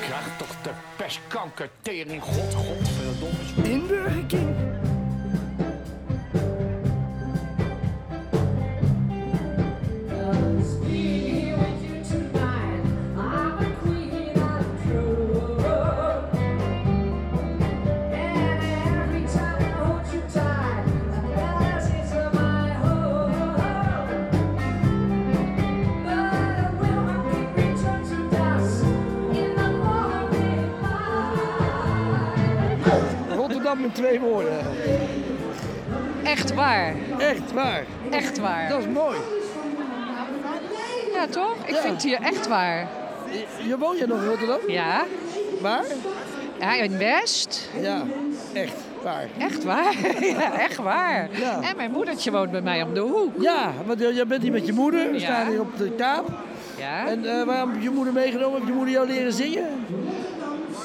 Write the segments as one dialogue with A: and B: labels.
A: Krijg toch de pestkanker, tering, god, godverdomme.
B: In Burger King.
C: Rotterdam in twee woorden.
D: Echt waar.
C: Echt waar.
D: Echt waar.
C: Dat is mooi.
D: Ja, toch? Ik
C: Ja.
D: vind het hier echt waar.
C: Je, je woont je nog in Rotterdam?
D: Ja.
C: Waar?
D: Ja, in West.
C: Ja, echt waar.
D: Echt waar. Ja, echt waar.
C: Ja.
D: En mijn moedertje woont bij mij om de hoek.
C: Ja, want eh, jij bent hier met je moeder. We
D: Ja.
C: staan hier op de kaap.
D: Ja.
C: En eh, waarom heb je je moeder meegenomen? Heb je moeder jou leren zingen?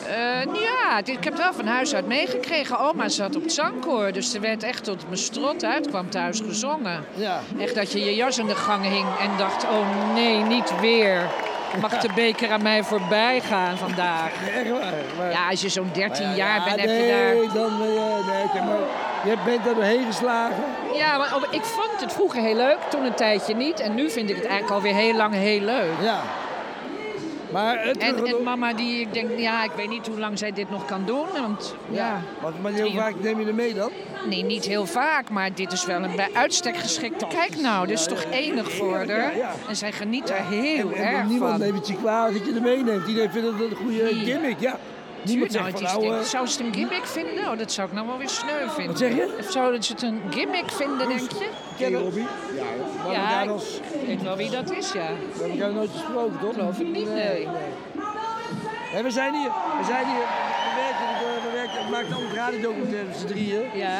D: Eh, nou ja, dit- ik heb het wel van huis uit meegekregen. Oma zat op het zangkoor, dus er werd echt tot mijn strot uitkwam thuis gezongen.
C: Ja.
D: Echt dat je je jas in de gang hing en dacht, oh nee, niet weer. Mag de beker aan mij voorbij gaan vandaag?
C: Echt waar. Maar-
D: Ja, als je zo'n 13
C: Ja,
D: jaar
C: ja,
D: bent,
C: nee,
D: heb je daar...
C: Dan, ben je- nee, kijk maar, je bent er doorheen geslagen.
D: Ja, maar op- ik vond het vroeger heel leuk, toen een tijdje niet. En nu vind ik het eigenlijk alweer heel lang heel leuk.
C: Ja. Maar het
D: En, en mama die, ik denk, ja, ik weet niet hoe lang zij dit nog kan doen. Want ja,
C: Want, maar heel vaak neem je er mee dan?
D: nee, niet heel vaak, maar dit is wel een bij uitstek geschikte. Kijk nou, dit is toch enig voor haar.
C: ja, ja.
D: En zij geniet er heel
C: En
D: erg
C: niemand
D: van.
C: neemt het je kwalijk dat je er meeneemt. Iedereen vindt dat een goede
D: Nee.
C: gimmick, ja.
D: Tuurlijk,
C: Niemand zegt
D: nou, het
C: van
D: is
C: nou...
D: dit-
C: eh,
D: Zou ze het een gimmick vinden? Nou, dat zou ik nou wel weer sneu vinden.
C: Wat zeg je?
D: Of zouden ze het een gimmick vinden, denk je?
C: Ken Robbie? Ja, we hebben
D: Ja,
C: elkaar
D: ik
C: als-
D: weet wel wie dat is, ja.
C: we hebben elkaar nooit gesproken, toch?
D: Geloof ik niet, nee.
C: Hé, we zijn hier, we zijn hier. We werken, we werken, we maken altijd radiodocumentaires met z'n drieën.
D: Ja.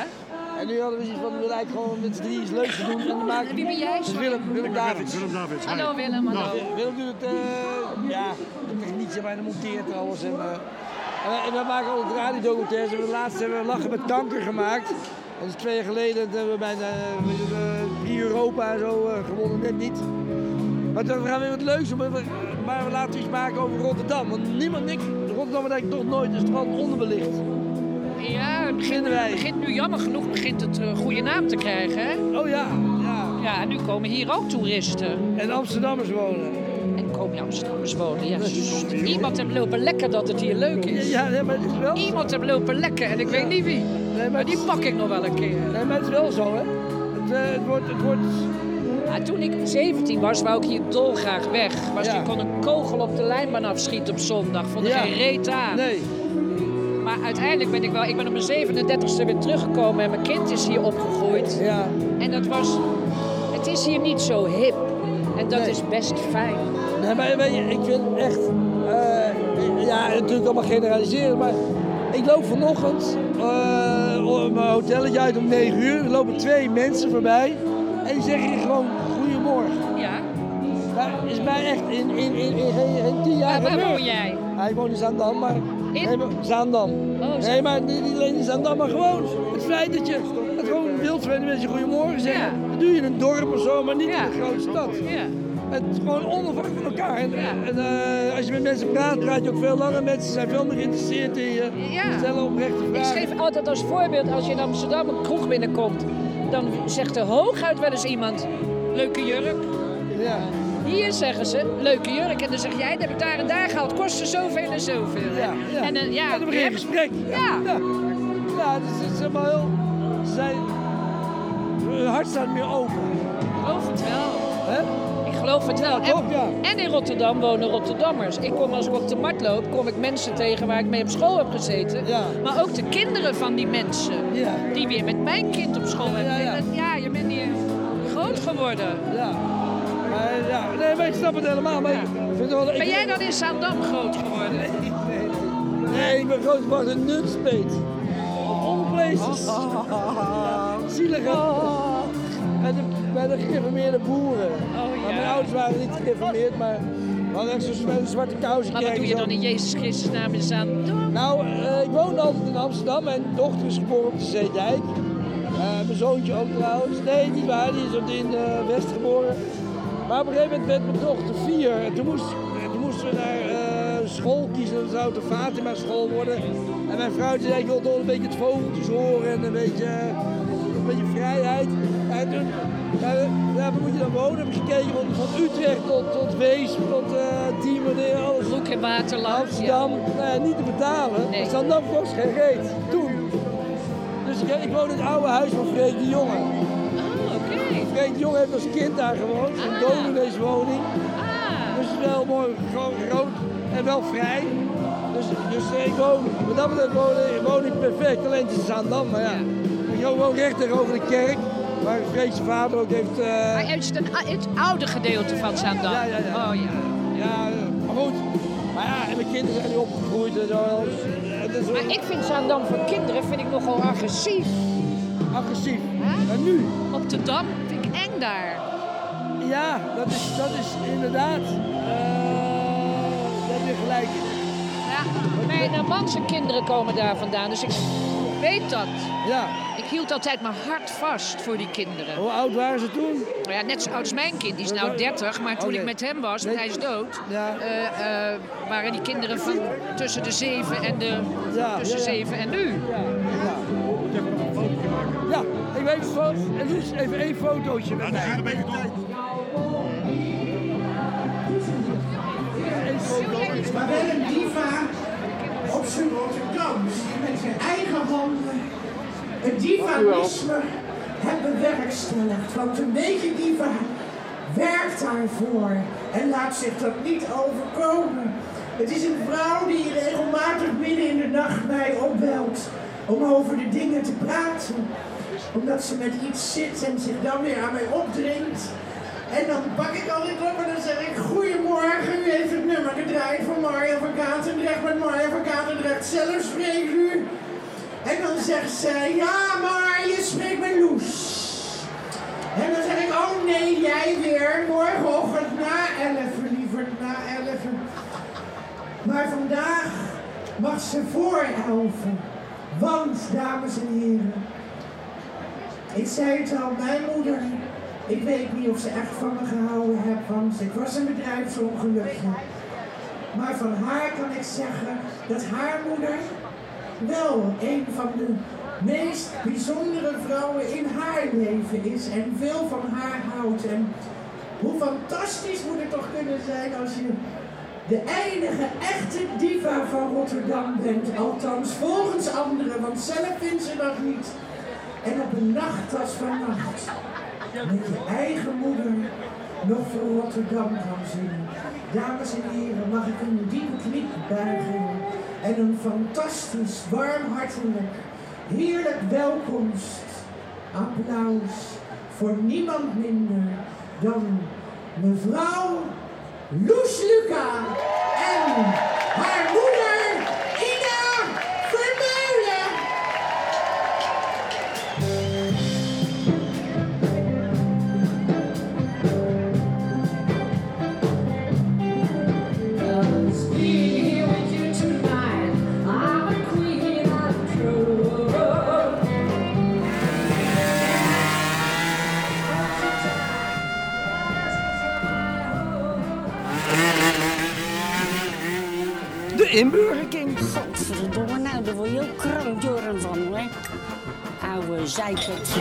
C: En nu hadden we zoiets van, we willen eigenlijk gewoon met z'n drieën iets leuks te doen. En dan maken
D: Wie ben jij?
C: Dus Willem, Willem Davids.
D: Hallo Willem, hallo.
C: Willem doet het, eh, ja, de techniekje bijna monteert en alles. En, eh, en, en we maken al radiodocumentaires. En we laatst hebben we Lachen met Kanker gemaakt. Dat is twee jaar geleden. Toen hebben we bijna eh, weet je, eh, drie Europa en zo eh, gewonnen, net niet. Maar toen gaan we weer wat leuks doen. Maar we, maar we laten iets maken over Rotterdam. Want niemand, niks, Rotterdam wordt eigenlijk nog nooit, is toch altijd onderbelicht.
D: Ja, het begint,
C: Vinden wij.
D: begint nu jammer genoeg begint het eh, goede naam te krijgen. Hè?
C: Oh ja, ja.
D: Ja, en nu komen hier ook toeristen.
C: En Amsterdammers wonen.
D: En komen Amsterdammers wonen. Ja, Iemand heeft lopen lekker dat het hier leuk is.
C: Ja, nee, maar het is wel zo.
D: Iemand heeft lopen lekker en ik weet niet wie.
C: Nee, maar
D: Maar die
C: het-
D: pak ik nog wel een keer.
C: Nee, maar het is wel zo, hè. Het, eh, het wordt... Het wordt
D: Ja, Ah, toen ik 17 was, wou ik hier dolgraag weg. Was
C: Ja.
D: Ik kon een kogel op de lijnbaan afschieten op zondag. Vond er
C: Ja.
D: geen reet aan.
C: Nee.
D: Maar uiteindelijk ben ik wel... Ik ben op mijn 37e weer teruggekomen en mijn kind is hier opgegroeid.
C: Ja.
D: En dat was... Het is hier niet zo hip. En dat
C: Nee.
D: is best fijn.
C: Nee, maar weet je, ik vind echt... eh, ja, natuurlijk allemaal generaliseren, maar... Ik loop vanochtend eh, op mijn hotelletje uit om 9 uur. Er lopen twee mensen voorbij. En die zeggen gewoon goedemorgen.
D: Ja.
C: Dat is mij echt in, in, in, in geen, geen 10 jaar
D: waar
C: gebeurd.
D: woon jij?
C: Ja, ik woon in Zaandam, maar... Nee, maar Zaandam. nee,
D: Zaandam.
C: maar niet niet alleen in Zaandam, maar gewoon het feit dat je dat gewoon wild vreemde mensen goedemorgen zeggen.
D: Ja.
C: Dat doe je in een dorp of zo, maar niet in
D: Ja.
C: een grote stad.
D: Ja.
C: Het is gewoon onafhankelijk van elkaar. En,
D: Ja.
C: en, eh, als je met mensen praat, praat je ook veel langer. Mensen zijn veel meer geïnteresseerd in je.
D: Ja.
C: Stellen oprechte
D: Ik
C: vragen.
D: schreef altijd als voorbeeld, als je in Amsterdam een kroeg binnenkomt, dan zegt er hooguit wel eens iemand, leuke jurk.
C: Ja.
D: Hier zeggen ze, leuke jurk. En dan zeg jij, dat heb ik daar en daar gehaald, kostte zoveel en zoveel.
C: Ja, ja.
D: En dan, ja,
C: En dan begin je een
D: rep-
C: gesprek.
D: Ja.
C: Ja, Ja, dus het is helemaal heel... Ze zijn... Hun hart staat meer open.
D: ik geloof het wel.
C: Hè?
D: Ik geloof het wel. En,
C: Toch, ja.
D: en in Rotterdam wonen Rotterdammers. Ik kom als ik op de markt loop, kom ik mensen tegen waar ik mee op school heb gezeten.
C: Ja.
D: Maar ook de kinderen van die mensen.
C: Ja.
D: Die weer met mijn kind op school hebben.
C: Ja, ja.
D: En dat- ja je bent hier groot geworden.
C: Ja. Maar ja, nee, maar ik snap het helemaal. Maar ik vind het wel, ik
D: Ben jij dan in Zaandam groot geworden?
C: Nee, ik ben grootgebracht in Nunspeet. Op all places. Zielig. hè? Bij de, bij de gereformeerde boeren.
D: Oh,
C: Maar
D: ja.
C: mijn ouders waren niet gereformeerd, maar we hadden echt zo'n met een zwarte kousen.
D: Maar wat Ah, doe je dan in Jezus Christus naam in Zaandam?
C: Nou, eh, ik woon altijd in Amsterdam. Mijn dochter is geboren op de Zeedijk. Eh, mijn zoontje ook trouwens. Nee, niet waar. Die is op de- in eh West geboren. Maar op een gegeven moment werd mijn dochter vier. En toen moest, eh, toen moest moesten we naar eh, school kiezen. Dat zou de Fatima school worden. En mijn vrouwtje zei, ik wil toch een beetje het vogeltjes horen en een beetje, eh, een beetje vrijheid. En toen, ja, we- ja, waar moet je dan wonen? Heb ik gekeken van, van Utrecht tot, tot Weesp, tot eh Diemen, en alles.
B: Broek in Waterland. ja.
C: Amsterdam, nou ja, niet te betalen.
B: Nee.
C: Amsterdam kost geen reet, toen. Dus ik, ik woon in het oude huis van Freek de Jonge.
B: Oh, oké.
C: Freek de Jonge heeft als kind daar gewoond, een
B: Ah.
C: domineeswoning.
B: Ah.
C: Dus het is wel mooi gro- groot en wel vrij. Dus, dus eh, ik woon, wat dat betreft woon, ik- woon ik perfect. Alleen het is Zaandam, maar ja. Ik woon recht tegenover de kerk, waar Freek's vader ook heeft... eh,
B: Maar is het, een, het oude gedeelte van Zaandam?
C: Ja, ja, ja.
B: Oh ja.
C: ja, maar goed. Maar ja, en mijn kinderen zijn nu opgegroeid en zo. Het is
B: Maar ik vind Zaandam voor kinderen vind ik nogal agressief.
C: agressief. En nu?
D: Op de Dam vind ik eng daar.
C: Ja, dat is, dat is inderdaad. eh dat heb je gelijk. in.
D: Ja,
B: Mijn Nederlandse kinderen komen daar vandaan, dus ik
D: weet dat.
C: Ja,
D: Ik hield altijd mijn hart vast voor die kinderen.
C: hoe oud waren ze toen?
D: Nou Ja, net zo oud als mijn kind. Die is nou 30, maar toen
C: Oké.
D: ik met hem was, want hij is dood,
C: Oh, Ja.
D: eh, eh, waren die kinderen van tussen de 7 en de
C: Ja,
D: tussen
C: ja, ja.
D: 7 en nu.
C: Ja. ja. Ja, ik weet het vast. En nu is even één fotootje met mij.
A: een beetje door.
C: Eén foto.
E: Maar wel een diva op zijn rotterdam. Met zijn eigen handen het divalisme hebben bewerkstelligd. Want een beetje diva werkt daarvoor en laat zich dat niet overkomen. Het is een vrouw die regelmatig midden in de nacht mij opbelt om over de dingen te praten. Omdat ze met iets zit en zich dan weer aan mij opdringt. En dan pak ik altijd op en dan zeg ik: Goedemorgen, u heeft het nummer gedraaid van Maria van Katendrecht. Met Maria van Katendrecht zelf spreekt u. En dan zegt zij: Ja, maar je spreekt met Loes. En dan zeg ik: Oh nee, jij weer. Morgenochtend na 11, liever na 11. Maar vandaag mag ze voor 11. Want, dames en heren, ik zei het al, mijn moeder. Ik weet niet of ze echt van me gehouden heeft, want ik was een bedrijfsongelukje. Maar van haar kan ik zeggen dat haar moeder wel een van de meest bijzondere vrouwen in haar leven is en veel van haar houdt. En hoe fantastisch moet het toch kunnen zijn als je de enige echte diva van Rotterdam bent, althans volgens anderen, want zelf vindt ze dat niet. En op een nacht als vannacht met je eigen moeder nog voor Rotterdam kan zingen. Dames en heren, mag ik een diepe kniekbuiging en een fantastisch, warmhartelijk, heerlijk welkomst, applaus voor niemand minder dan mevrouw Loes Luca en haar moeder Ina Vermeulen.
C: De inburgering.
F: Godverdomme, nou, daar word je ook krankjoren van, hè? Oude zeikert.